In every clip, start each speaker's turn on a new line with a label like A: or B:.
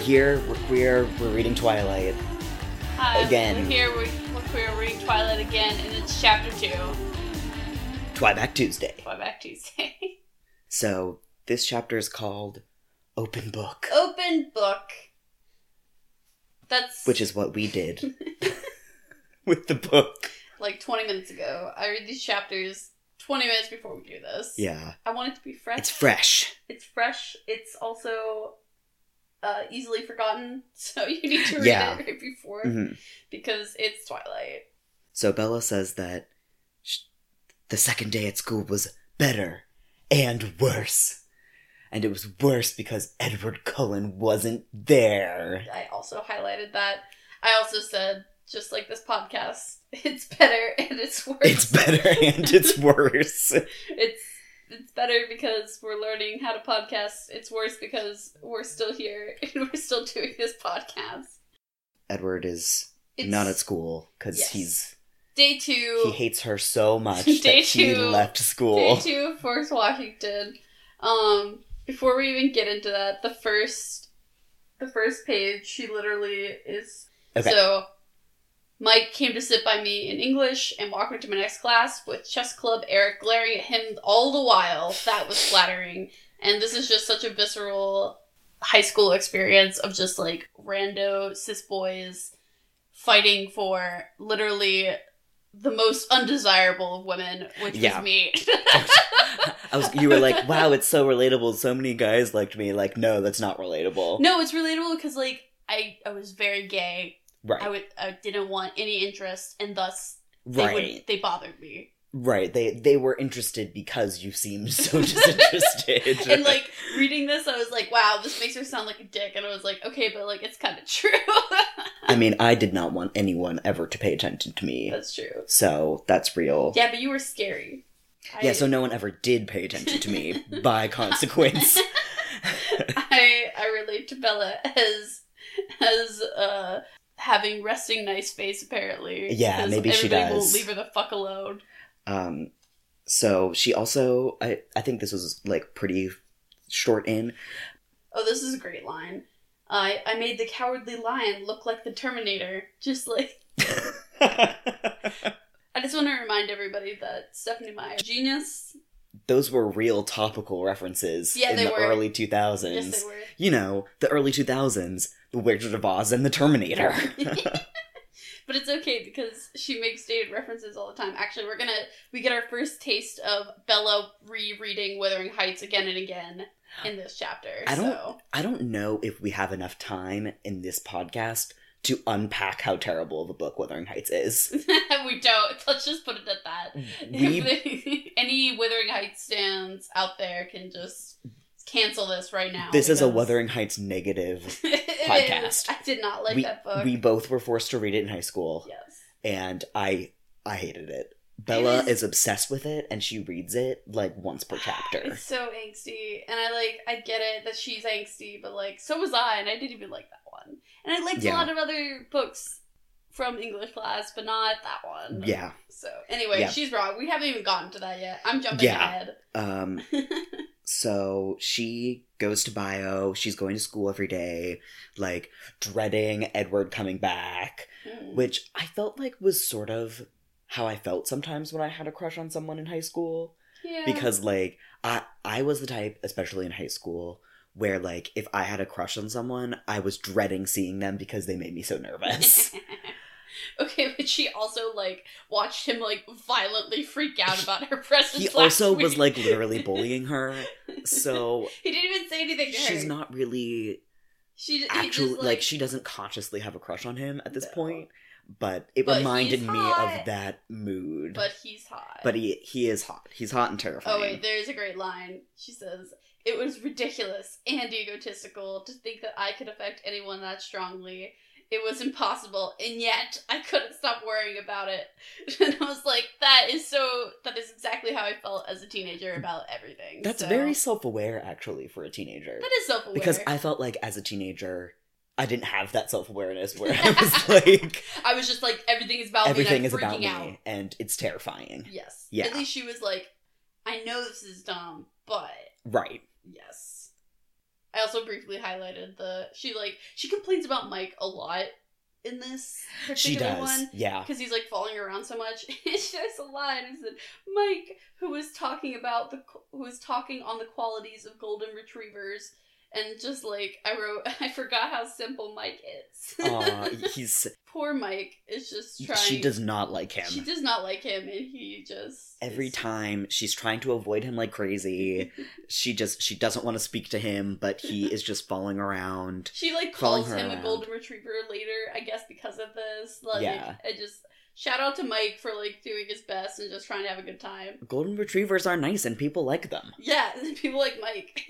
A: here. We're queer. We're reading Twilight.
B: Hi,
A: Again.
B: Um, We're here we're, we're queer we're reading Twilight again, and it's chapter two.
A: Twyback Tuesday.
B: Why back Tuesday?
A: So this chapter is called Open Book,
B: Oh. Open book. That's
A: which is what we did with the book.
B: like 20 minutes ago. I read these chapters 20 minutes before we do this.
A: Yeah,
B: I want it to be fresh.
A: it's fresh.
B: It's fresh. It's also uh, easily forgotten, so you need to read
A: Yeah.
B: it right before
A: Mhm.
B: because it's Twilight.
A: So Bella says that sh- the second day at school was better and worse. And it was worse because Edward Cullen wasn't there.
B: I also highlighted that. I also said, just like this podcast, it's better and it's worse.
A: It's better and it's worse.
B: it's it's better because we're learning how to podcast. It's worse because we're still here and we're still doing this podcast.
A: Edward is
B: It's
A: not at school because
B: Yes.
A: he's
B: day
A: he
B: two.
A: hates her so much
B: Day
A: that he
B: two.
A: left school.
B: Day two of Force Washington. Um, before we even get into that, the first the first page, she literally is
A: Okay.
B: so Mike came to sit by me in English and walked me to my next class with chess club Eric glaring at him all the while. That was flattering. And this is just such a visceral high school experience of just like rando cis boys fighting for literally the most undesirable of women, which
A: Yeah.
B: was me.
A: I was you were like, wow, it's so relatable. So many guys liked me. Like, no, that's not relatable.
B: no, it's relatable because like I, I was very gay.
A: right,
B: I would I didn't want any interest, and thus they
A: right,
B: would they bothered me.
A: right. They they were interested because you seemed so disinterested.
B: and like reading this, I was like, wow, this makes her sound like a dick. And I was like, okay, but like it's kind of true.
A: I mean, I did not want anyone ever to pay attention to me.
B: That's true.
A: So that's real.
B: Yeah, but you were scary.
A: yeah, so no one ever did pay attention to me by consequence.
B: I I relate to Bella as as uh having resting nice face apparently.
A: Yeah,
B: 'Cause
A: maybe she
B: everybody
A: does.
B: Will leave her the fuck alone.
A: Um, so she also, I, I think this was like pretty short in.
B: Oh, this is a great line. I I made the cowardly lion look like the Terminator, just like I just want to remind everybody that Stephanie Meyer, genius.
A: Those were real topical references
B: Yeah,
A: in
B: they
A: the
B: were.
A: early 2000s.
B: Yes, they were.
A: You know, the early 2000s, The Wizard of Oz and The Terminator.
B: But it's okay because she makes dated references all the time. Actually, we're gonna we get our first taste of Bella rereading Wuthering Heights again and again in this chapter.
A: I don't-
B: So
A: I don't know if we have enough time in this podcast to unpack how terrible of a book Wuthering Heights is.
B: we don't. Let's just put it at that.
A: We
B: Any Wuthering Heights stands out there can just cancel this right now.
A: this is a
B: because-
A: Wuthering Heights negative.
B: It is.
A: podcast.
B: I did not like
A: we,
B: that book.
A: we both were forced to read it in high school.
B: yes.
A: and I I hated it. Bella
B: was-
A: is obsessed with it and she reads it like once per chapter.
B: It's so angsty, and I like I get it that she's angsty, but like so was I, and I didn't even like that one. And I liked
A: Yeah.
B: a lot of other books from English class, but not that one.
A: Yeah.
B: So anyway,
A: Yeah.
B: she's wrong. We haven't even gotten to that yet. I'm jumping
A: Yeah.
B: ahead.
A: Um so she goes to bio, she's going to school every day, like dreading Edward coming back,
B: Mm.
A: which I felt like was sort of how I felt sometimes when I had a crush on someone in high school.
B: yeah.
A: because like I I was the type, especially in high school, where like if I had a crush on someone, I was dreading seeing them because they made me so nervous.
B: okay, but she also like watched him like violently freak out about her presence.
A: he
B: last
A: also was
B: week.
A: like literally bullying her, so
B: he didn't even say anything to her.
A: she's not really
B: She he
A: actually
B: just,
A: like, she doesn't consciously have a crush on him at this
B: No.
A: point. But it
B: But
A: reminded
B: he's
A: me
B: hot.
A: of that mood.
B: But he's hot.
A: But he he is hot. He's hot and terrifying.
B: Oh wait, there's a great line. She says, "It was ridiculous and egotistical to think that I could affect anyone that strongly. It was impossible, and yet I couldn't stop worrying about it." And I was like, "That is so. That is exactly how I felt as a teenager about everything."
A: That's
B: So,
A: very self aware actually for a teenager.
B: That is self-aware.
A: because I felt like as a teenager, I didn't have that self awareness where I was like,
B: I was just like, everything is about
A: everything
B: me.
A: is
B: and I'm
A: about
B: freaking
A: me,
B: out.
A: and it's terrifying.
B: Yes.
A: Yeah.
B: At least she was like, "I know this is dumb, but
A: Right.
B: yes." I also briefly highlighted the she like she complains about Mike a lot in this particular
A: She does. Ah.
B: one
A: Yeah.
B: because he's like falling around so much. it's just a line. It said Mike, who was talking about the who was talking on the qualities of golden retrievers, and just like I wrote, I forgot how simple Mike is.
A: Aw, he's
B: Poor Mike is just trying.
A: Oh. she does not like
B: She
A: him.
B: does not like him, and he just
A: Every
B: is-
A: time she's trying to avoid him like crazy. She just she doesn't want to speak to him, but he is just falling around.
B: She like
A: Following
B: calls
A: her
B: him a
A: around.
B: golden retriever later, I guess because of this. Like
A: Yeah.
B: I just shout out to Mike for like doing his best and just trying to have a good time.
A: Golden retrievers are nice and people like them.
B: Yeah, people like Mike.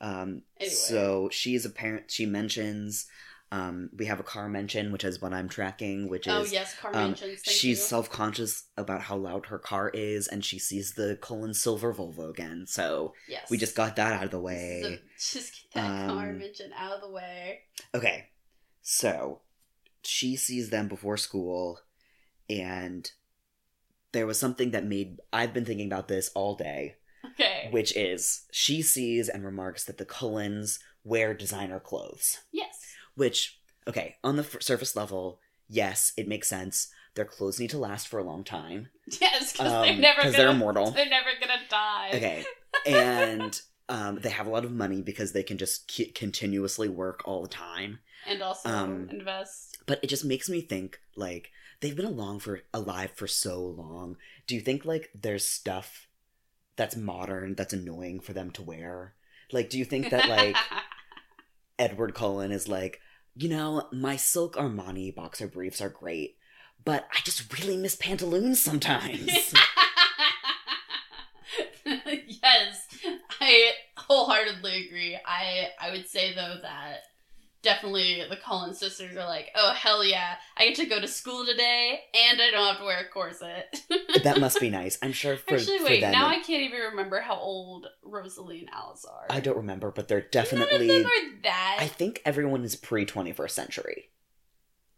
A: Um,
B: Anyway.
A: So she's apparent. She mentions um, we have a car mention, which is what I'm tracking, which is
B: oh yes, car
A: um,
B: mentions. Thank
A: she's
B: you.
A: self conscious about how loud her car is, and she sees the Cullen silver Volvo again. So
B: yes.
A: we just got that out of the
B: This is
A: way.
B: a- just get that car
A: Um,
B: mention out of the way.
A: Okay, so she sees them before school, and there was something that made I've been thinking about this all day.
B: Okay.
A: which is she sees and remarks that the Cullens wear designer clothes.
B: yes.
A: Which, okay, on the f- surface level, yes, it makes sense. Their clothes need to last for a long time
B: Yes, because
A: because
B: they're never gonna
A: um, they're immortal.
B: they're never gonna die.
A: Okay, and um, they have a lot of money because they can just c- continuously work all the time.
B: And also
A: Um,
B: invest.
A: But it just makes me think like they've been along for alive for so long. Do you think like there's stuff that's modern that's annoying for them to wear? Like, do you think that like Edward Cullen is like, you know, my silk Armani boxer briefs are great, but I just really miss pantaloons sometimes.
B: yes, I wholeheartedly agree. I I would say though that definitely the Collins sisters are like, oh hell yeah, I get to go to school today, and I don't have to wear a corset.
A: that must be nice. I'm sure for,
B: Actually,
A: for
B: wait,
A: them.
B: now
A: it-
B: I can't even remember how old Rosalie and Alice are.
A: I don't remember, but they're
B: None of
A: definitely.
B: them are that.
A: I think everyone is pre 21st century.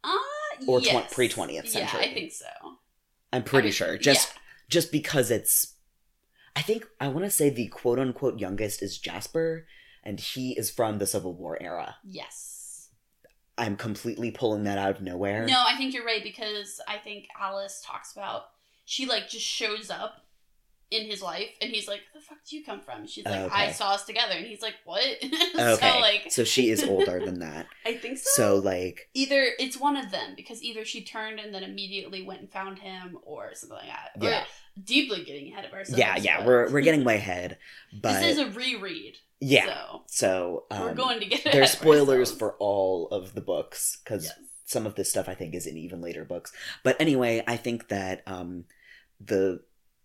B: uh,
A: or twen-
B: yes.
A: pre-twentieth century.
B: Yeah, I think so.
A: I'm pretty
B: mean,
A: sure. Just just because it's. I think I want to say the quote unquote youngest is Jasper, and he is from the Civil War era.
B: Yes.
A: I'm completely pulling that out of nowhere.
B: No, I think you're right because I think Alice talks about she like just shows up in his life and he's like, "The fuck do you come from?" She's like,
A: Okay.
B: "I saw us together," and he's like, "What?"
A: Okay.
B: so like,
A: so she is older than that.
B: I think so.
A: So like
B: either it's one of them because either she turned and then immediately went and found him or something like that. We're
A: Yeah.
B: deeply getting ahead of ourselves.
A: yeah, yeah,
B: but
A: we're we're getting way ahead, but
B: this is a reread.
A: yeah.
B: so
A: So, um,
B: we're going to get ahead
A: there's
B: of
A: spoilers
B: ourselves.
A: for all of the books because
B: Yes.
A: some of this stuff I think is in even later books. But anyway, I think that um, the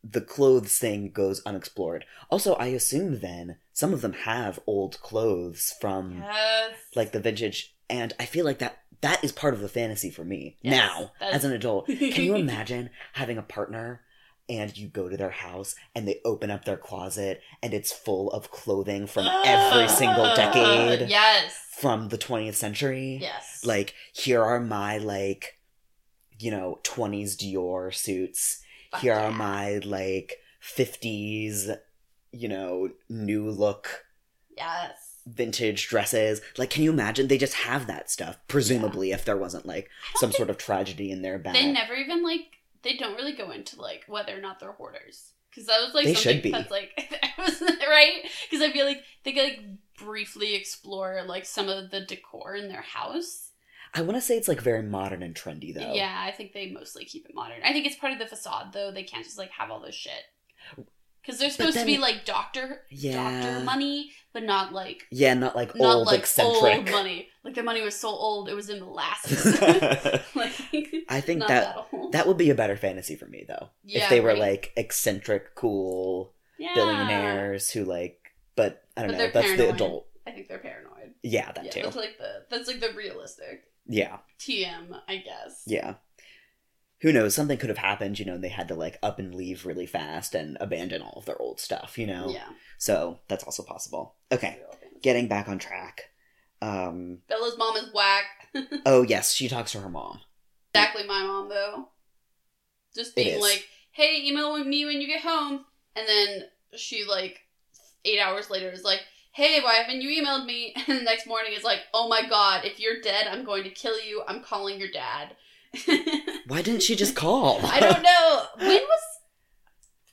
A: the clothes thing goes unexplored. Also, I assume then some of them have old clothes from
B: Yes.
A: Mm. like the vintage, and I feel like that that is part of the fantasy for me
B: Yes,
A: now
B: that's-
A: as an adult. Can you imagine having a partner and you go to their house and they open up their closet and it's full of clothing from every single decade
B: Yes.
A: from the 20th century?
B: Yes.
A: Like, here are my, like, you know, 20s Dior suits.
B: Fuck
A: Here are
B: yeah.
A: my, like, 50s, you know, new look
B: Yes.
A: vintage dresses. Like, can you imagine? They just have that stuff, presumably, if there wasn't, like, some sort of tragedy in their back.
B: They never even like they don't really go into like whether or not they're hoarders because that was like
A: They
B: something
A: should be.
B: that's like that was right because I feel like they could like briefly explore like some of the decor in their house.
A: I want to say it's like very modern and trendy though.
B: Yeah, I think they mostly keep it modern. I think it's part of the facade though. They can't just like have all this shit because they're supposed
A: then-
B: to be like doctor
A: Yeah.
B: doctor money, but not like.
A: Yeah, not like
B: Not
A: old
B: like
A: eccentric.
B: old money. Like their money was so old, it was in molasses. like,
A: I think
B: not
A: that
B: old.
A: that would be a better fantasy for me though.
B: Yeah,
A: if they were
B: right.
A: like eccentric, cool
B: Yeah.
A: billionaires who like but I don't
B: But
A: know,
B: they're
A: that's the
B: paranoid.
A: adult.
B: I think they're paranoid.
A: Yeah, that
B: yeah,
A: too.
B: that's like the that's like the realistic
A: Yeah.
B: TM, I guess.
A: Yeah. Who knows, something could have happened, you know, and they had to like up and leave really fast and abandon all of their old stuff, you know. eh.
B: Yeah.
A: So that's also possible. Okay. Getting back on track. Um
B: Bella's mom is whack.
A: oh yes, she talks to her mom.
B: Exactly my mom though. Just
A: It
B: being
A: is.
B: like, "Hey, email me when you get home," and then she like eight hours later is like, hey, why haven't you emailed me? And the next morning it's like, oh my god, if you're dead, I'm going to kill you. I'm calling your dad.
A: Why didn't she just call?
B: I don't know. When was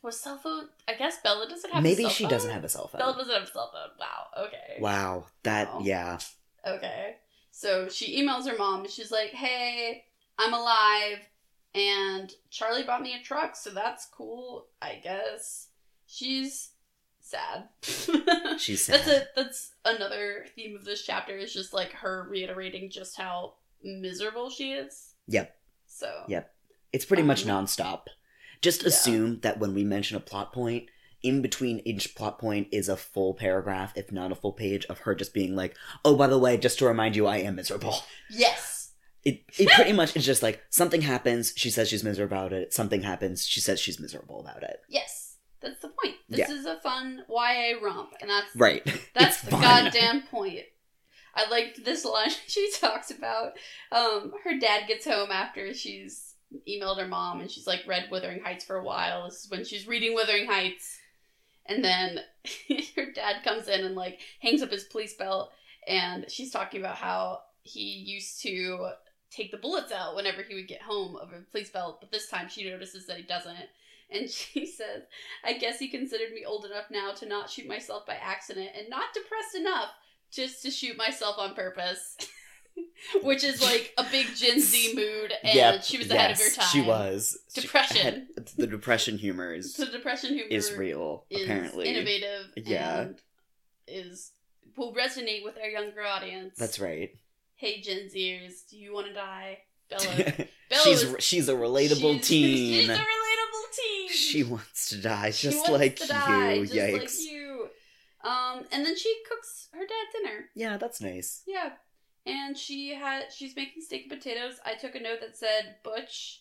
B: was cell phone? I guess Bella doesn't have. a
A: Maybe
B: cell
A: she
B: phone?
A: doesn't have a cell phone.
B: Bella doesn't have a cell phone. Oh. Wow. Okay.
A: Wow, that
B: Wow.
A: yeah.
B: Okay. So she emails her mom and she's like, Hey, I'm alive and Charlie bought me a truck, so that's cool, I guess. She's sad.
A: She's sad.
B: that's a that's another theme of this chapter is just like her reiterating just how miserable she is.
A: Yep.
B: So
A: Yep. It's pretty much
B: Um,
A: nonstop. Just
B: yeah.
A: assume that when we mention a plot point, in between each plot point is a full paragraph, if not a full page, of her just being like, "Oh, by the way, just to remind you, I am miserable."
B: Yes.
A: It it pretty much is just like something happens, she says she's miserable about it. Something happens, she says she's miserable about it.
B: Yes. That's the point. This is a fun YA romp, and that's
A: Right.
B: That's
A: It's
B: the
A: fun.
B: goddamn point. I like this line she talks about. Um, her dad gets home after she's emailed her mom, and she's like read Wuthering Heights for a while. This is when she's reading Wuthering Heights, and then her dad comes in and like hangs up his police belt, and she's talking about how he used to take the bullets out whenever he would get home of a police belt, but this time she notices that he doesn't. And she says, I guess he considered me old enough now to not shoot myself by accident and not depressed enough just to shoot myself on purpose. Which is like a big Gen Z mood, and
A: Yep,
B: she was ahead of her
A: yes,
B: time.
A: She was. She-
B: Depression.
A: ahead- the depression humor is,
B: So depression humor
A: is real,
B: is
A: apparently.
B: innovative
A: Yeah.
B: and is will resonate with our younger audience.
A: That's right.
B: Hey Gen Zers, do you want to die? Bella. Bella
A: she's
B: is-
A: she's a relatable
B: she's-
A: teen.
B: She's a relatable teen.
A: She wants to die
B: She
A: just
B: wants
A: like
B: to die,
A: you.
B: just
A: Yikes.
B: like you. Um, and then she cooks her dad dinner.
A: Yeah, that's nice.
B: Yeah, and she had she's making steak and potatoes. I took a note that said Butch.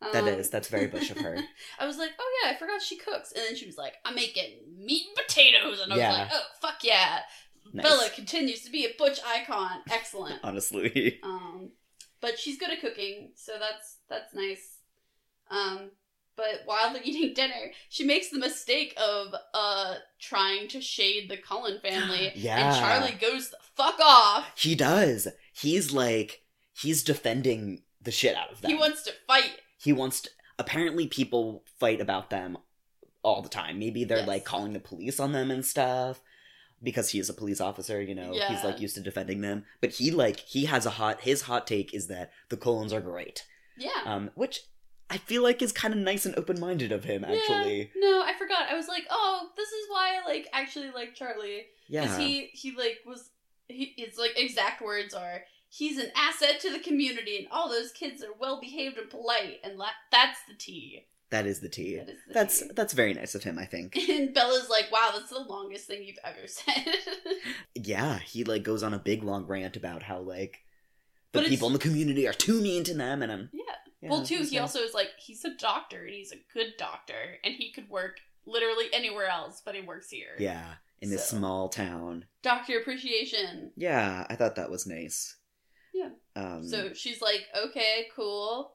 A: That
B: Um,
A: is. That's very Bush of her.
B: I was like, oh yeah, I forgot she cooks, and then she was like, I'm making meat and potatoes, and I
A: Yeah.
B: was like, oh fuck yeah,
A: Nice.
B: Bella continues to be a Butch icon. Excellent.
A: Honestly.
B: Um, but she's good at cooking, so that's that's nice. Um, but while they're eating dinner, she makes the mistake of uh trying to shade the Cullen family,
A: Yeah.
B: and Charlie goes the fuck off.
A: He does. He's like he's defending the shit out of them.
B: He wants to fight.
A: he wants to, apparently people fight about them all the time maybe they're
B: Yes.
A: like calling the police on them and stuff because he is a police officer you know he's
B: Yeah.
A: like used to defending them but he like he has a hot his hot take is that the colons are great
B: Yeah.
A: um which i feel like is kind of nice and open-minded of him
B: Yeah.
A: actually
B: No, I forgot. I was like, oh, this is why I like actually like Charlie.
A: yeah
B: Because he he like was he his like exact words are he's an asset to the community and all those kids are well behaved and polite and la- that's the tea.
A: that is the tea
B: That is the
A: that's
B: tea.
A: that's very nice of him i think
B: and Bella's like, wow, that's the longest thing you've ever said.
A: yeah he like goes on a big long rant about how like the
B: But it's-
A: people in the community are too mean to them and i'm
B: yeah.
A: yeah,
B: Well, too,
A: he's
B: he
A: like-
B: also is like he's a doctor and he's a good doctor and he could work literally anywhere else, but he works here.
A: yeah in this
B: So.
A: small town
B: Doctor appreciation.
A: Yeah, I thought that was nice.
B: Yeah.
A: Um,
B: so she's like, okay, cool.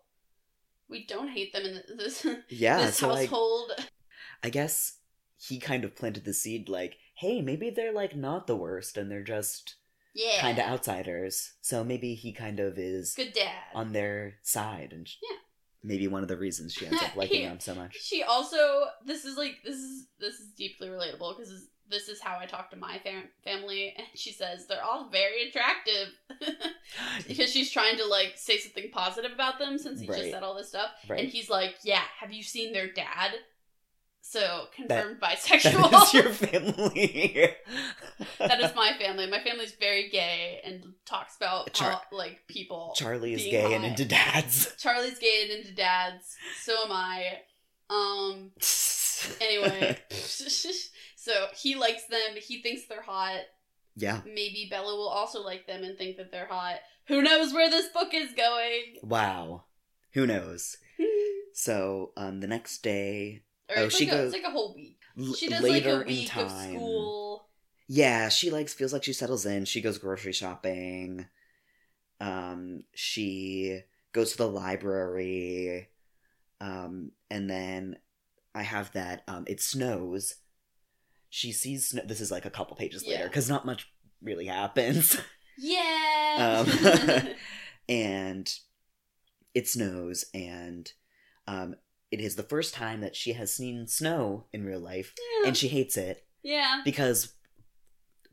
B: We don't hate them in th- this
A: yeah,
B: this
A: so like,
B: household.
A: I guess he kind of planted the seed, like, hey, maybe they're like not the worst, and they're just
B: yeah.
A: kind of outsiders. So maybe he kind of is
B: Good dad.
A: on their side, and sh-
B: Yeah.
A: maybe one of the reasons she ends up liking
B: Yeah.
A: him so much.
B: She also this is like this is this is deeply relatable because this is how I talk to my fam- family and she says they're all very attractive because she's trying to like say something positive about them since he
A: Right.
B: just said all this stuff and
A: right.
B: he's like yeah have you seen their dad so confirmed bisexual
A: That is your family.
B: that is my family my family's very gay and talks about
A: Char-
B: how, like people
A: Charlie is
B: being
A: gay and
B: hot.
A: into dads.
B: Charlie's gay and into dads so am I um Anyway, so he likes them. He thinks they're hot.
A: yeah.
B: Maybe Bella will also like them and think that they're hot. Who knows where this book is going?
A: Wow. Who knows?
B: or
A: So um, the next day, Oh,
B: it's,
A: she
B: like a,
A: goes-
B: it's like a whole week.
A: l-
B: She does
A: later in
B: like a week
A: time,
B: of school.
A: yeah, she like feels like she settles in. She goes grocery shopping. Um, she goes to the library. Um, and then I have that. Um, it snows. she sees Snow- this is like a couple pages
B: Yeah.
A: later because not much really happens
B: Yeah.
A: Um, and it snows and um, it is the first time that she has seen snow in real life
B: yeah.
A: and she hates it
B: yeah.
A: because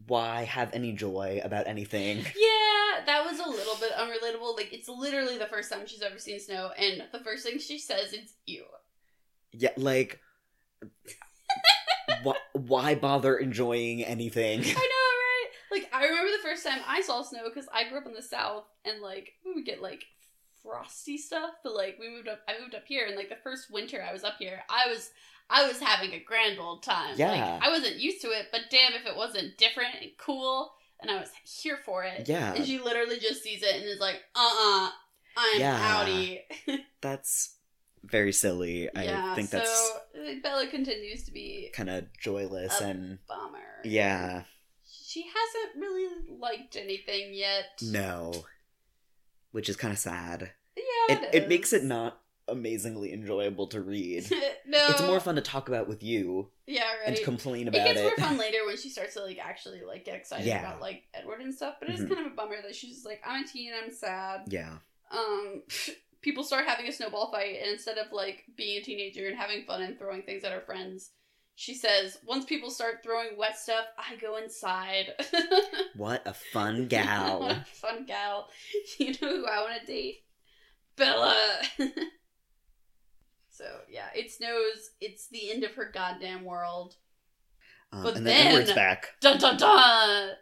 A: why have any joy about anything
B: Yeah, that was a little bit unrelatable. Like it's literally the first time she's ever seen snow and the first thing she says is ew.
A: yeah like why, why bother enjoying anything
B: I know, right? Like I remember the first time I saw snow because I grew up in the south and like we would get like frosty stuff, but like we moved up. I moved up here, and like the first winter I was up here, I was I was having a grand old time.
A: Yeah.
B: like, I wasn't used to it, but damn if it wasn't different and cool, and I was here for it.
A: yeah
B: And she literally just sees it and is like, uh uh-uh, uh, i am
A: Yeah.
B: outie.
A: that's very silly
B: yeah,
A: i think
B: so um,
A: that's
B: Bella continues to be
A: kind of joyless
B: Up.
A: and
B: a bummer.
A: yeah
B: She hasn't really liked anything yet.
A: no which is kind of sad
B: Yeah,
A: it, it makes it
B: is.
A: not amazingly enjoyable to read
B: no,
A: it's more fun to talk about with you
B: Yeah, right.
A: and to complain
B: it
A: about
B: gets
A: it,
B: more fun later when she starts to like actually like get excited
A: Yeah.
B: about like Edward and stuff. But it's
A: Mhm.
B: kind of a bummer that she's just like, I'm a teen, I'm sad.
A: yeah
B: Um, people start having a snowball fight, and instead of like being a teenager and having fun and throwing things at her friends. She says, once people start throwing wet stuff, I go inside.
A: what a fun gal
B: Fun gal. You know who I want to date? Bella. so, yeah, it snows. It's the end of her goddamn world.
A: um,
B: But
A: and then edward's
B: then-
A: back
B: Dun dun dun!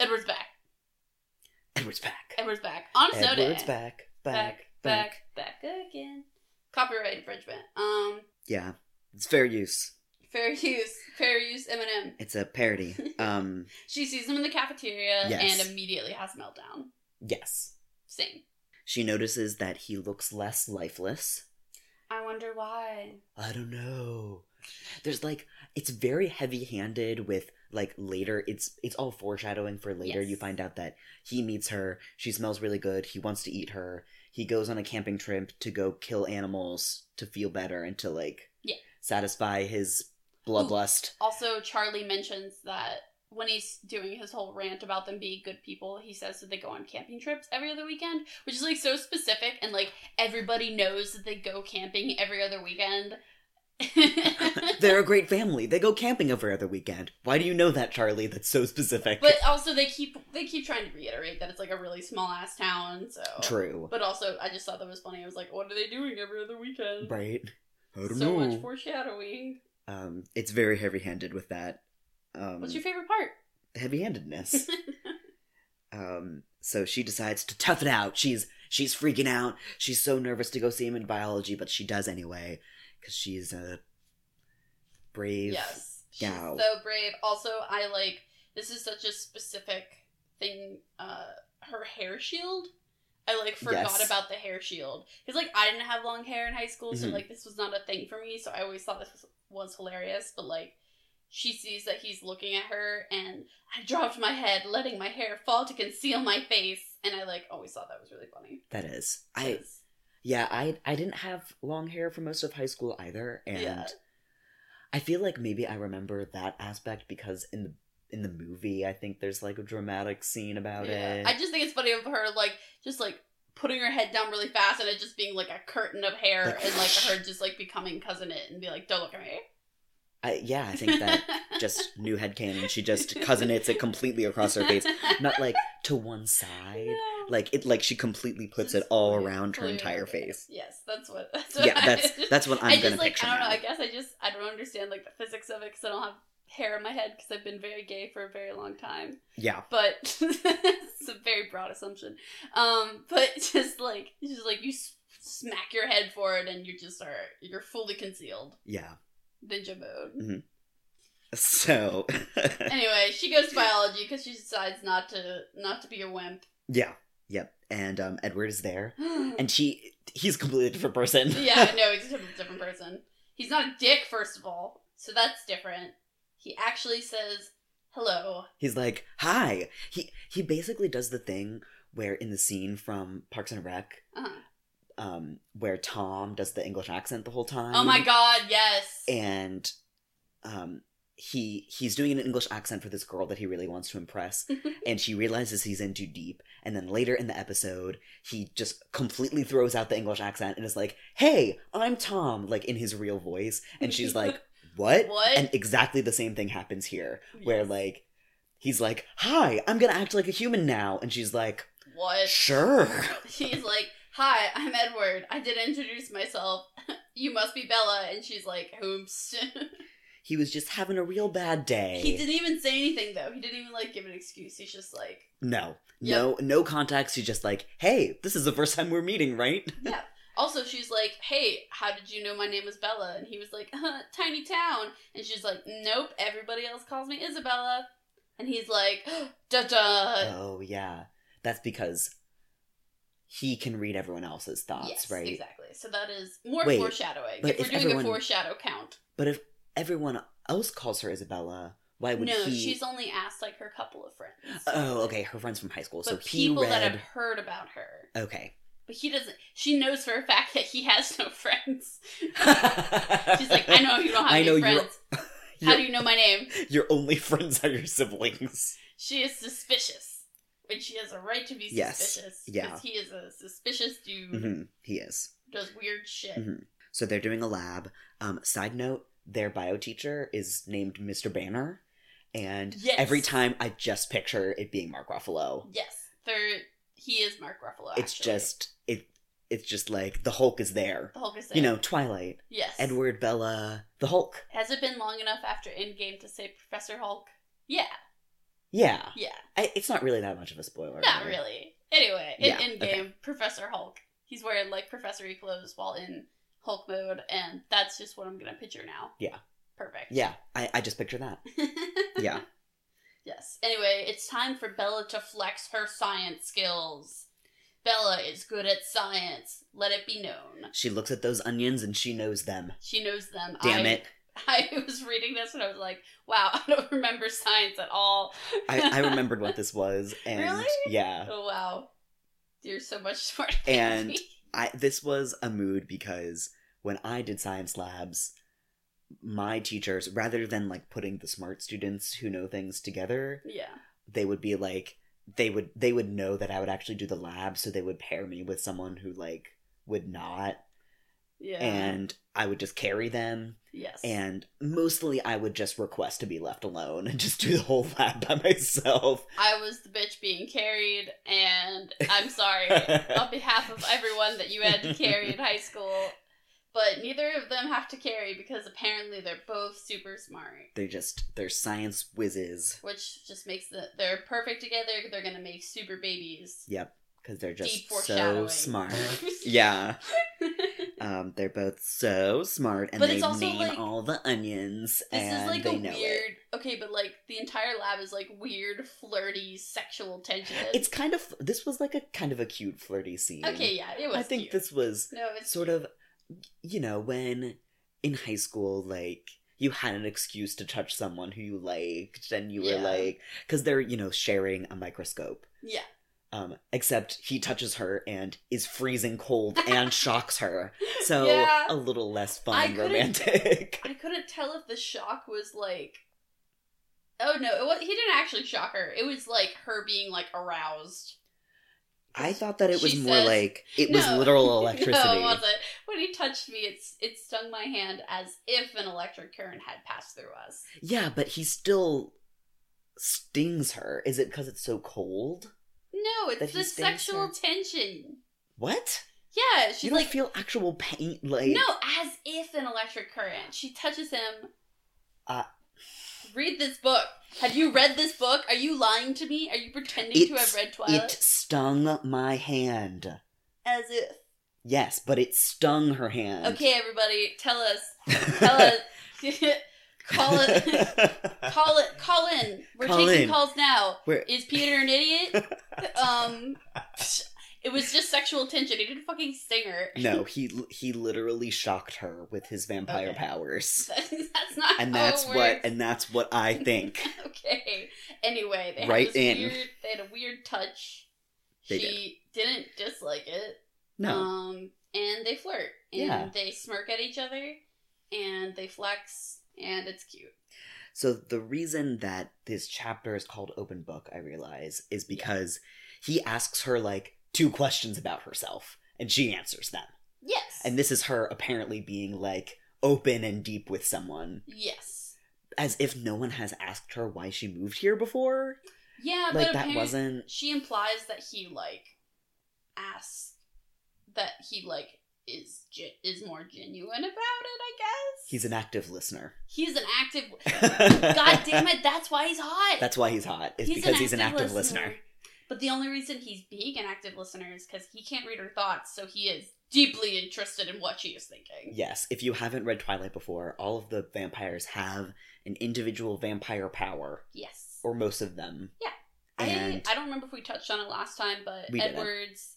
B: Edward's back.
A: edward's back
B: Edward's back. On a snow day.
A: edward's back back back
B: back, back, back again. Copyright infringement. Um,
A: yeah it's fair use
B: fair use. Fair use Eminem.
A: It's a parody. Um,
B: She sees him in the cafeteria
A: Yes.
B: and immediately has a meltdown.
A: yes.
B: Same.
A: She notices that he looks less lifeless.
B: I wonder why.
A: I don't know. There's like it's very heavy-handed with like later it's it's all foreshadowing for later
B: Yes.
A: you find out that he meets her, she smells really good, he wants to eat her. He goes on a camping trip to go kill animals to feel better and to like
B: Yeah.
A: satisfy his bloodlust.
B: Also, Charlie mentions that when he's doing his whole rant about them being good people, he says that they go on camping trips every other weekend, which is like so specific and like everybody knows that they go camping every other weekend.
A: They're a great family. They go camping every other weekend. Why do you know that, Charlie? That's so specific.
B: but also they keep they keep trying to reiterate that it's like a really small ass town, so
A: True.
B: But also I just thought that was funny. I was like, what are they doing every other weekend?
A: Right. I
B: So
A: don't
B: much
A: know.
B: foreshadowing.
A: um, it's very heavy-handed with that. Um,
B: What's your favorite part?
A: heavy-handedness? um, so she decides to tough it out. She's she's freaking out. She's so nervous to go see him in biology, but she does anyway because she's a brave.
B: Yes. She's
A: gal.
B: so brave. Also, I like this is such a specific thing. Uh, her hair shield. I like forgot
A: Yes.
B: about the hair shield because like I didn't have long hair in high school, so
A: Mhm.
B: like this was not a thing for me. So I always thought this was, was hilarious, but like. She sees that he's looking at her, and I dropped my head, letting my hair fall to conceal my face. And I like always thought that was really funny.
A: That is. I
B: 'Cause-
A: yeah. I I didn't have long hair for most of high school either, and
B: Yeah.
A: I feel like maybe I remember that aspect because in the in the movie, I think there's like a dramatic scene about
B: Yeah.
A: it.
B: I just think it's funny of her like just like putting her head down really fast and it just being like a curtain of hair
A: Like,
B: and like her just like becoming cousin it and be like, Don't look at me.
A: I yeah, I think that just new headcanon. She just cousin it's it completely across her face. Not like to one side.
B: No.
A: Like it like she completely puts it all around her entire face.
B: Yes, that's what that's what
A: Yeah,
B: I-
A: that's that's what I'm
B: I
A: gonna
B: just like
A: picture.
B: I don't know.
A: now.
B: I guess I just I don't understand like the physics of it because I don't have hair in my head because I've been very gay for a very long time.
A: Yeah.
B: but it's a very broad assumption. Um, but just like it's just like you s- smack your head forward and you just are you're fully concealed
A: Yeah.
B: ninja mode.
A: So
B: anyway, she goes to biology because she decides not to not to be a wimp.
A: Yeah. Yep. And um Edward is there. And she he's a completely different person.
B: yeah, no, he's a different- different person. He's not a dick, first of all, so that's different. He actually says hello.
A: He's like, Hi. He he basically does the thing where in the scene from Parks and Rec,
B: Uh-huh.
A: um, where Tom does the English accent the whole time.
B: Oh my god, yes.
A: and um he he's doing an English accent for this girl that he really wants to impress, and she realizes he's in too deep. And then later in the episode, he just completely throws out the English accent and is like, "Hey, I'm Tom," like in his real voice, and she's like, "What?"
B: What?
A: And exactly the same thing happens here, where like he's like, "Hi, I'm gonna act like a human now," and she's like,
B: What?
A: "Sure."
B: He's like, Hi, I'm Edward. I did introduce myself. you must be Bella. And she's like, Oops.
A: He was just having a real bad day.
B: he didn't even say anything, though. He didn't even, like, give an excuse. He's just like,
A: No, no, no contacts. She's just like, "Hey, this is the first time we're meeting, right?"
B: Yeah. Also, she's like, "Hey, how did you know my name was Bella?" And he was like, uh, "Tiny town." And she's like, "Nope, everybody else calls me Isabella." And he's like, "Da da."
A: oh yeah, that's because he can read everyone else's thoughts,
B: Yes,
A: right?
B: exactly. So that is more
A: Wait,
B: foreshadowing.
A: but
B: If we're
A: if
B: doing
A: everyone-
B: a foreshadow count,
A: But if everyone else calls her Isabella, why would
B: no,
A: he?
B: she's only asked like her couple of friends,
A: Oh, okay, her friends from high school.
B: but
A: so P
B: people that have
A: Red.
B: heard about her.
A: Okay.
B: But he doesn't. She knows for a fact that he has no friends. She's like, "I know you don't have
A: I
B: any
A: know you're-
B: friends. How do you know my name?"
A: Your only friends are your siblings.
B: She is suspicious. And she has a right to be
A: Yes.
B: suspicious.
A: Yeah.
B: Because he is a suspicious dude.
A: hmm He is.
B: Does weird shit.
A: Mhm. So they're doing a lab. Um, side note, their bio teacher is named Mr. Banner. And
B: Yes.
A: every time I just picture it being Mark Ruffalo.
B: Yes. There he is Mark Ruffalo.
A: It's
B: actually.
A: just it it's just like the Hulk is there.
B: the Hulk is there.
A: You know, Twilight,
B: Yes.
A: Edward, Bella, the Hulk.
B: Has it been long enough after Endgame to say Professor Hulk? Yeah.
A: Yeah.
B: Yeah.
A: I, it's not really that much of a spoiler.
B: Not
A: right?
B: really. Anyway, in
A: Yeah,
B: Endgame, Professor Hulk. He's wearing like Professor E clothes while in Hulk mode, and that's just what I'm gonna picture now.
A: Yeah.
B: Perfect.
A: Yeah, I, I just picture that. Yeah.
B: Yes. Anyway, it's time for Bella to flex her science skills. Bella is good at science. Let it be known.
A: She looks at those onions and she knows them.
B: She knows them.
A: Damn
B: I,
A: it.
B: I was reading this and I was like, wow, I don't remember science at all.
A: I, I remembered what this was and
B: Really?
A: yeah.
B: Oh, wow. You're so much smarter than
A: And-
B: me.
A: I this was a mood because when I did science labs, my teachers, rather than like putting the smart students who know things together,
B: Yeah.
A: they would be like they would they would know that I would actually do the lab, so they would pair me with someone who like would not
B: Yeah.
A: and I would just carry them
B: yes.
A: and mostly I would just request to be left alone and just do the whole lab by myself.
B: I was the bitch being carried, and I'm sorry on behalf of everyone that you had to carry in high school. But neither of them have to carry because apparently they're both super smart,
A: They're just they're science whizzes.
B: which just makes the they're perfect together. They're gonna make super babies.
A: Yep, because they're
B: Deep
A: just so
B: foreshadowing.
A: smart. yeah,
B: this
A: um, they're both so smart, and
B: But
A: they
B: it's also,
A: name
B: like-
A: all the onions,
B: is
A: and
B: like
A: they
B: a
A: know it.
B: weird okay, but like the entire lab is like weird, flirty, sexual tension.
A: It's kind of this was like a kind of a cute flirty scene.
B: okay, yeah, it was.
A: I think
B: cute.
A: this was
B: no, it's
A: sort of, you know, when in high school, like you had an excuse to touch someone who you liked, and you
B: Yeah.
A: were like, because they're you know sharing a microscope.
B: yeah,
A: Um, except he touches her and is freezing cold and shocks her. So
B: Yeah.
A: a little less
B: I
A: fun and
B: couldn't-
A: romantic.
B: I couldn't tell if the shock was like. Oh no! It was, he didn't actually shock her. It was like her being like aroused.
A: I thought that it was
B: She
A: more
B: says-
A: like it was
B: No.
A: literal
B: No,
A: electricity.
B: it wasn't. When he touched me, it's it stung my hand as if an electric current had passed through us.
A: yeah, but he still stings her. Is it because it's so cold?
B: No,
A: That
B: it's
A: he
B: the
A: stings
B: sexual
A: her?
B: tension.
A: What?
B: Yeah, she's
A: you don't
B: like
A: feel actual pain? Like
B: no, as if an electric current. She touches him.
A: Uh.
B: read this book. Have you read this book? Are you lying to me? Are you pretending to
A: It's-
B: have read Twilight?
A: it stung my hand.
B: as if.
A: Yes, but it stung her hand.
B: Okay, everybody, tell us Tell us. call it. Call it. Call in. We're
A: Call
B: taking
A: in.
B: calls now.
A: We're-
B: Is Peter an idiot? um, it was just sexual tension. He didn't fucking sting her.
A: no, he he literally shocked her with his vampire
B: Okay. Oh
A: powers.
B: that's not.
A: And
B: how it
A: that's what
B: works.
A: and that's what I think.
B: okay. Anyway, they had
A: Right
B: this
A: in.
B: Weird, they had a weird touch.
A: They
B: she did. not dislike it.
A: No.
B: Um, and they flirt. And
A: Yeah.
B: They smirk at each other, and they flex, and it's cute.
A: So the reason that this chapter is called Open Book, I realize, is because he asks her like two questions about herself and she answers them.
B: Yes.
A: And this is her apparently being like open and deep with someone
B: yes.
A: as if no one has asked her why she moved here before.
B: Yeah,
A: like
B: but
A: that
B: apparently
A: wasn't
B: she implies that he like asks that he like is ge- is more genuine about it. I guess
A: he's an active listener.
B: he's an active. God
A: God
B: damn it! That's why he's hot.
A: That's why he's hot. Is because he's an active listener.
B: But the only reason he's being an active listener is because he can't read her thoughts, so he is deeply interested in what she is thinking.
A: Yes, if you haven't read Twilight before, all of the vampires have an individual vampire power,
B: Yes.
A: or most of them.
B: Yeah. I,
A: And
B: I don't remember if we touched on it last time, but
A: We didn't.
B: Edwards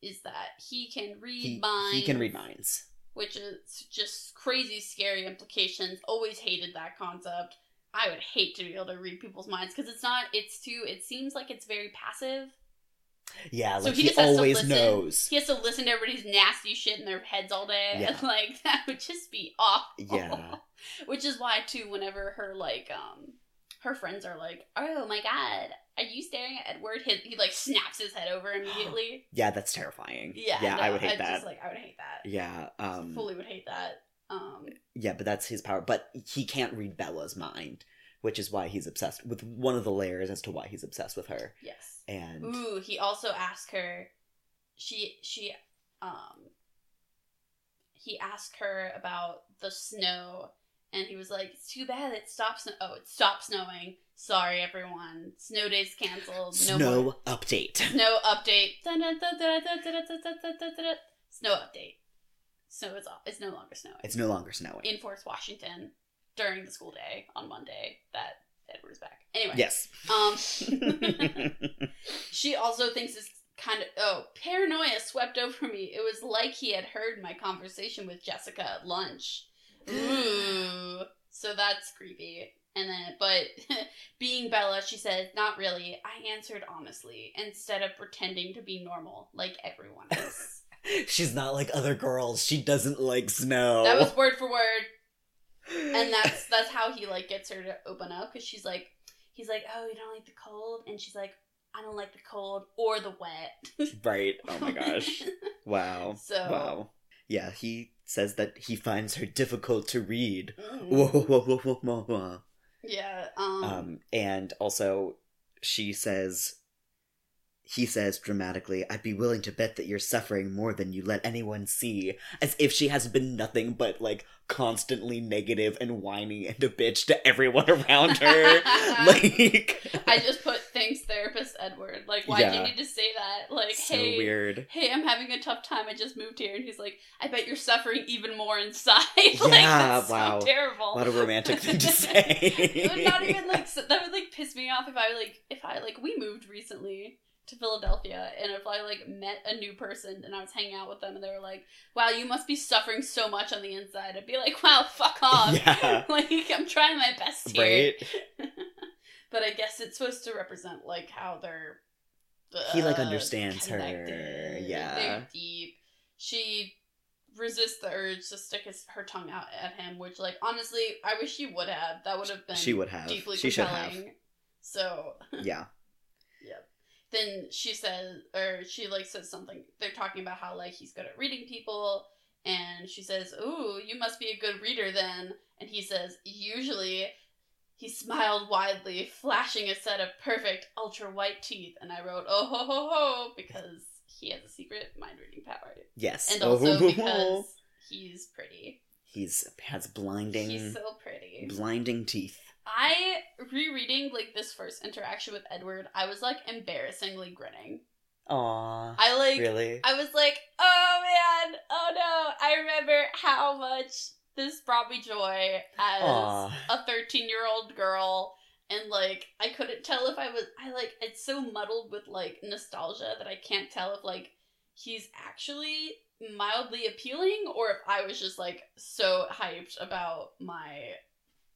B: is that he can read
A: he,
B: minds.
A: he can read minds.
B: Which is just crazy, scary implications. Always hated that concept. I would hate to be able to read people's minds because it's not, it's too, it seems like it's very passive.
A: Yeah,
B: So
A: like
B: he
A: he,
B: just has to
A: always
B: listen.
A: knows.
B: He has to listen to everybody's nasty shit in their heads all day.
A: Yeah.
B: And, like, that would just be awful.
A: Yeah.
B: Which is why, too, whenever her, like, um, her friends are like, oh my god, are you staring at Edward? He, he like, snaps his head over immediately.
A: Yeah, that's terrifying.
B: Yeah.
A: yeah,
B: no,
A: I would hate
B: I'd
A: that.
B: Just, like, I would hate that.
A: yeah, um,
B: Fully would hate that. Um,
A: yeah, but that's his power. But he can't read Bella's mind, which is why he's obsessed with one of the layers as to why he's obsessed with her.
B: yes.
A: And
B: Ooh, he also asked her. She she, um. He asked her about the snow, and he was like, "It's too bad it stopped. Snow- oh, it stopped snowing. Sorry, everyone. Snow day's canceled.
A: snow
B: No more
A: update.
B: snow update. Dun, dun, dun, dun, dun, dun, dun, dun, dun, dun, dun, dun. Snow update. Snow is off. It's no longer snowing
A: It's no longer snowing.
B: in Forest Washington during the school day on Monday. That Edward is back. Anyway,
A: yes.
B: um." She also thinks it's kind of oh paranoia swept over me. It was like he had heard my conversation with Jessica at lunch.
A: Mm.
B: Ooh, so that's creepy. And then, but being Bella, she said, "Not really. I answered honestly instead of pretending to be normal like everyone else."
A: She's not like other girls. She doesn't like snow.
B: That was word for word, and that's that's how he like gets her to open up because she's like, he's like, "Oh, you don't like the cold," and she's like, "I don't like the cold or the wet."
A: right. Oh my gosh. Wow.
B: So-
A: wow. Yeah, he says that he finds her difficult to read.
B: Mm.
A: Whoa, whoa, whoa, whoa, whoa, whoa.
B: Yeah. Um,
A: Um, and also, she says, he says dramatically, I'd be willing to bet that you're suffering more than you let anyone see, as if she has been nothing but like constantly negative and whiny and a bitch to everyone around her. like,
B: I just put thanks therapist Edward. Like, why do
A: Yeah.
B: you need to say that? Like,
A: so
B: hey,
A: weird.
B: hey, I'm having a tough time. I just moved here, and he's like, I bet you're suffering even more inside. like,
A: Yeah,
B: that's
A: wow.
B: so terrible.
A: What a romantic thing to say.
B: it would not even like so, that would like piss me off if I like if I like we moved recently to Philadelphia and if I like met a new person and I was hanging out with them and they were like, "Wow, you must be suffering so much on the inside." I'd be like, "Wow, fuck off."
A: Yeah.
B: like I'm trying my best here.
A: right?
B: but I guess it's supposed to represent like how they're. uh,
A: He, like, understands her,
B: connected,
A: yeah.
B: they're deep. She resists the urge to stick his, her tongue out at him, which, like, honestly, I wish she would have. That would have been
A: She would have.
B: deeply
A: She should
B: compelling.
A: have.
B: So
A: Yeah.
B: then she says, or she like says something. They're talking about how like he's good at reading people, and she says, "Ooh, you must be a good reader then." And he says, "Usually." He smiled widely, flashing a set of perfect ultra white teeth, and I wrote, "Oh ho ho ho," because he has a secret mind reading power,
A: Yes.
B: and
A: Oh,
B: also
A: ho, ho, ho.
B: because he's pretty.
A: he's has blinding
B: He's so pretty.
A: blinding teeth.
B: I rereading like this first interaction with Edward, I was like embarrassingly grinning.
A: Aw.
B: I like
A: really?
B: I was like, oh man, oh no. I remember how much this brought me joy as
A: Aw.
B: a 13 year old girl. And like, I couldn't tell if I was, I like, it's so muddled with like nostalgia that I can't tell if like he's actually mildly appealing or if I was just like so hyped about my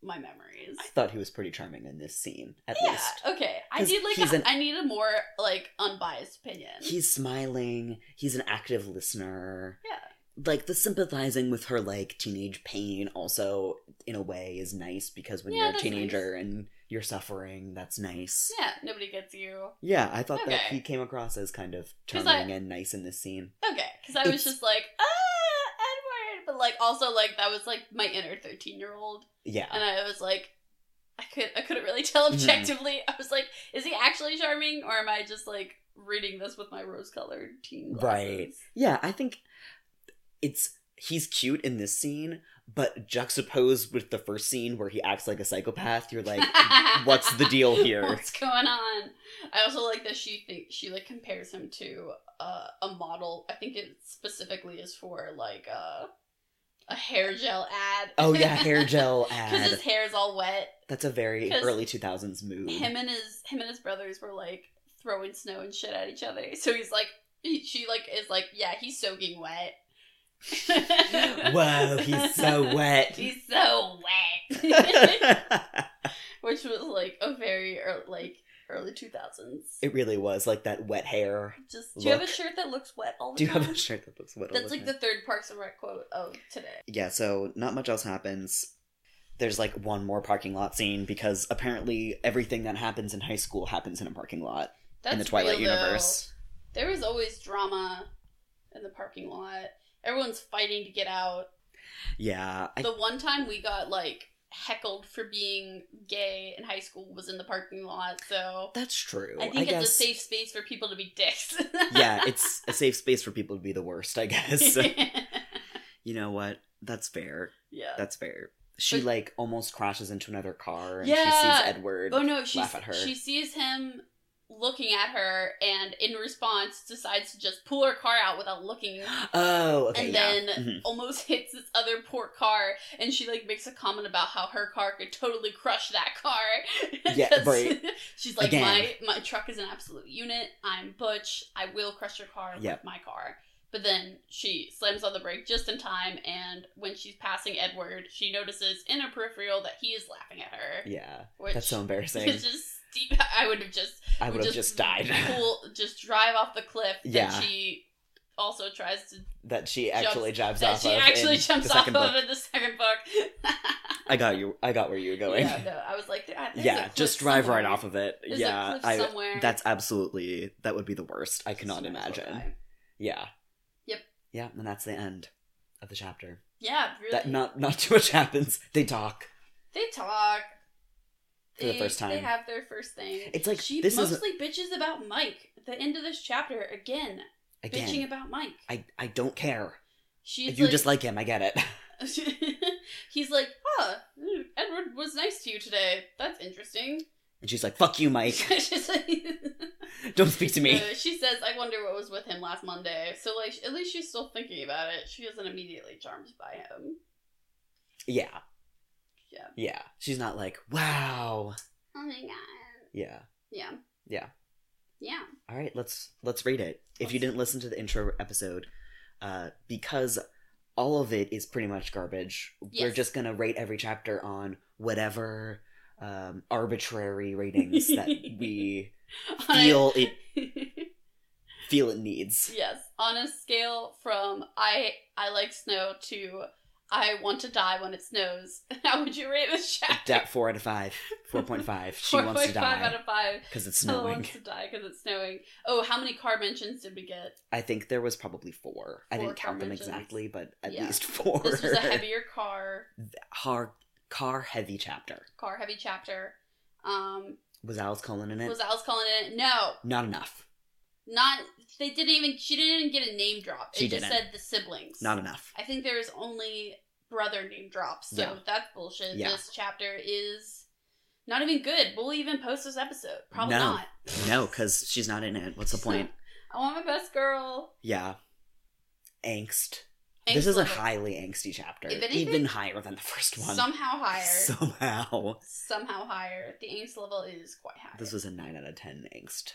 B: my memories.
A: I thought he was pretty charming in this scene, at
B: Yeah,
A: least.
B: okay. I
A: 'Cause
B: need like
A: he's
B: a,
A: an-
B: I need a more like unbiased opinion.
A: He's smiling, he's an active listener.
B: Yeah.
A: like the sympathizing with her like teenage pain also in a way is nice because when
B: Yeah,
A: you're a
B: that's
A: teenager and you're suffering, that's nice.
B: Yeah, nobody gets you.
A: Yeah, I thought that
B: Okay.
A: he came across as kind of
B: 'Cause
A: charming
B: I-
A: and nice in this scene.
B: Okay, because I was
A: It's-
B: just like, ah, Edward, but like also like that was like my inner thirteen year old,
A: Yeah.
B: and I was like, I could I couldn't really tell
A: Mhm.
B: objectively. I was like, is he actually charming, or am I just like reading this with my rose colored teen glasses?
A: Right. Yeah, I think it's he's cute in this scene, but juxtaposed with the first scene where he acts like a psychopath, you're like, what's the deal here?
B: What's going on? I also like that she think she like compares him to uh, a model. I think it specifically is for like uh, a hair gel ad.
A: Oh yeah, hair gel
B: Because his
A: ad.
B: hair's all wet.
A: That's a very
B: 'cause
A: early 2000s move.
B: Him and his him and his brothers were like throwing snow and shit at each other. So he's like, he, she like is like, yeah, he's soaking wet.
A: Whoa, he's so wet.
B: He's so wet.
A: it
B: Which was like a very early, like early two thousands.
A: really was like that wet hair.
B: Just do you have a
A: Look.
B: shirt that looks wet all the
A: Do you
B: time?
A: have a shirt that looks wet? all
B: Oh That's like
A: time?
B: the third Parks and Rec quote of today.
A: yeah. So not much else happens. There's like one more parking lot scene because apparently everything that happens in high school happens in a parking lot
B: That's
A: in the Twilight
B: real, though.
A: universe.
B: There is always drama in the parking lot. Everyone's fighting to get out.
A: Yeah, I,
B: the one time we got like heckled for being gay in high school was in the parking lot. So
A: that's true.
B: I think it's
A: guess,
B: a safe space for people to be dicks.
A: yeah, it's a safe space for people to be the worst. I guess.
B: yeah.
A: you know what? That's fair. That's fair. She
B: But-
A: like almost crashes into another car and
B: Yeah.
A: she sees Edward.
B: Oh no, she
A: laugh at her.
B: she sees him looking at her and in response decides to just pull her car out without looking.
A: Oh, okay.
B: and
A: yeah.
B: then
A: Mhm.
B: almost hits this other poor car and she like makes a comment about how her car could totally crush that car
A: Yeah,
B: 'Cause
A: right.
B: she's like
A: Again.
B: my my truck is an absolute unit i'm butch i will crush your car
A: Yeah.
B: with my car but then she slams on the brake just in time and when she's passing edward she notices in her peripheral that he is laughing at her
A: Yeah,
B: which
A: that's so embarrassing.
B: is just steep. i would have just
A: I would have just died.
B: pull, just drive off the cliff
A: Yeah.
B: that she also tries to
A: that she actually jibes
B: that
A: off
B: she
A: of.
B: actually
A: in
B: jumps
A: the
B: off
A: second
B: of
A: book.
B: in the second book.
A: I got you. I got where you were going.
B: yeah,
A: Yeah,
B: no, I was like, there, there's a cliff
A: just drive
B: somewhere.
A: right off of it.
B: There's a
A: yeah,
B: cliff
A: I.
B: somewhere.
A: That's absolutely that would be the worst. I cannot
B: Just might as well
A: imagine.
B: die.
A: Yeah.
B: Yep.
A: Yeah, and that's the end of the chapter.
B: Yeah, really.
A: That not not too much happens. They talk.
B: they talk.
A: For the
B: They-
A: first
B: they
A: time.
B: have their first thing.
A: It's like,
B: she
A: this is-
B: mostly bitches about Mike. At The end of this chapter again,
A: Again,
B: bitching about Mike.
A: I I don't care.
B: She's
A: you
B: like,
A: just like him. I get it.
B: he's like, huh, mm, Edward was nice to you today. That's interesting.
A: And she's like, "Fuck you, Mike.
B: She's like-
A: Don't speak to me."
B: Uh, she says, "I wonder what was with him last Monday." So, like, at least she's still thinking about it. She isn't immediately charmed by him.
A: yeah.
B: Yeah.
A: Yeah. She's not like, "Wow."
B: Oh my god.
A: Yeah.
B: Yeah.
A: Yeah.
B: Yeah.
A: All right, let's let's read it. If you
B: Let's-
A: didn't listen to the intro episode, uh, because all of it is pretty much garbage, we're
B: Yes.
A: just gonna rate every chapter on whatever um, arbitrary ratings that we feel it feel it needs.
B: yes. On a scale from I I like snow to I want to die when it snows, how would you rate this chapter?
A: That four out of five, four point five. She wants to
B: 4.5 out
A: die
B: of five.
A: because it's
B: Ella
A: snowing.
B: wants to die because it's snowing. Oh, how many car mentions did we get?
A: I think there was probably four. I
B: Four
A: didn't count them
B: carnations.
A: exactly, but at
B: Yeah.
A: least four.
B: This was a heavier car
A: hard car heavy chapter.
B: car heavy chapter. Um,
A: Was Alice Cullen in it?
B: was Alice calling it? No,
A: Not enough.
B: not they didn't even. She didn't even get a name drop. It
A: She
B: just
A: didn't.
B: said the siblings.
A: Not enough.
B: I think there is only brother name drops, so
A: Yeah.
B: that's bullshit.
A: Yeah.
B: This chapter is not even good. We'll even post this episode. Probably
A: No.
B: not.
A: No, because she's not in it. What's the point?
B: I want my best girl.
A: Yeah. Angst.
B: Angst
A: This is a
B: level.
A: highly angsty chapter.
B: If anything-
A: Even higher than the first one.
B: somehow higher.
A: Somehow.
B: somehow higher. The angst level is quite high.
A: This was a 9 out of 10 angst.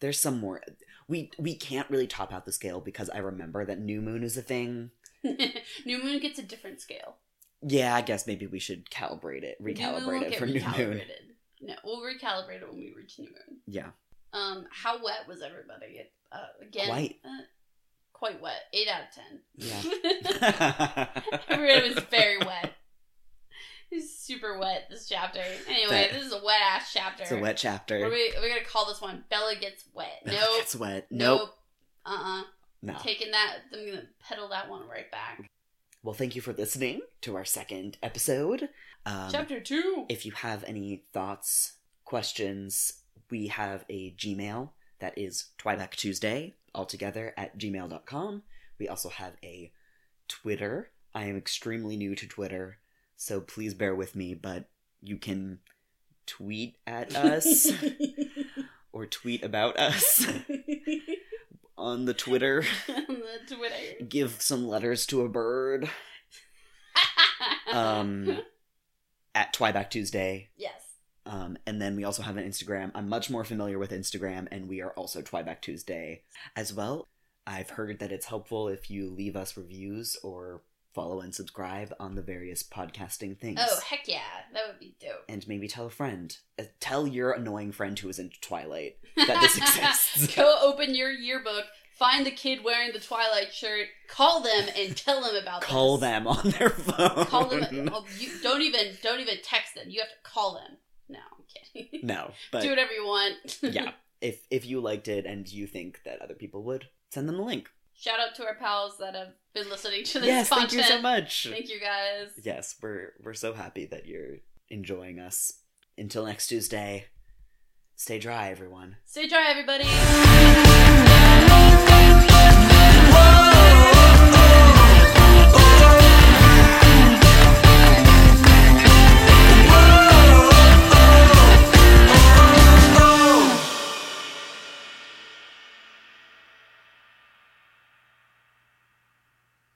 A: There's some more. We we can't really top out the scale because I remember that New Moon is a thing.
B: New Moon gets a different scale.
A: Yeah, I guess maybe we should calibrate it,
B: New Moon
A: recalibrate
B: won't
A: it
B: get
A: for New Moon.
B: recalibrated. No, we'll recalibrate it when we reach New Moon.
A: Yeah.
B: Um, how wet was everybody? Uh, again,
A: Quite.
B: uh, quite wet. Eight out of ten.
A: Yeah.
B: Everybody was very wet. It's super wet this chapter. Anyway,
A: That-
B: this is a wet ass chapter.
A: It's a wet
B: We're,
A: chapter.
B: we, we're gonna call this one Bella gets wet. Nope.
A: It's wet. Nope.
B: nope. Uh uh
A: No.
B: Taking that, I'm gonna pedal that one right back.
A: Well, thank you for listening to our second episode. Um,
B: Chapter two.
A: If you have any thoughts, questions, we have a Gmail that is Twyback Tuesday, altogether at gmail.com. We also have a Twitter. I am extremely new to Twitter, so please bear with me, but you can tweet at us or tweet about us on the Twitter.
B: On the Twitter.
A: Give some letters to a bird. Um, at Twyback Tuesday.
B: yes.
A: Um, and then we also have an Instagram. I'm much more familiar with Instagram, and we are also Twyback Tuesday as well. I've heard that it's helpful if you leave us reviews or follow and subscribe on the various podcasting things.
B: Oh heck yeah, that would be dope.
A: And maybe tell a friend. Uh, Tell your annoying friend who is into Twilight that this exists.
B: Go open your yearbook, find the kid wearing the Twilight shirt, call them, and tell them about
A: Call
B: this.
A: them on their phone.
B: Call them. Oh, you, don't even don't even text them. You have to call them. No, I'm kidding.
A: No, but
B: Do whatever you want.
A: yeah. If if you liked it and you think that other people would, send them a link.
B: Shout out to our pals that have been listening to this
A: Yes,
B: content.
A: thank you so much.
B: Thank you guys.
A: yes, we're we're so happy that you're enjoying us. Until next Tuesday, stay dry, everyone.
B: Stay dry, everybody.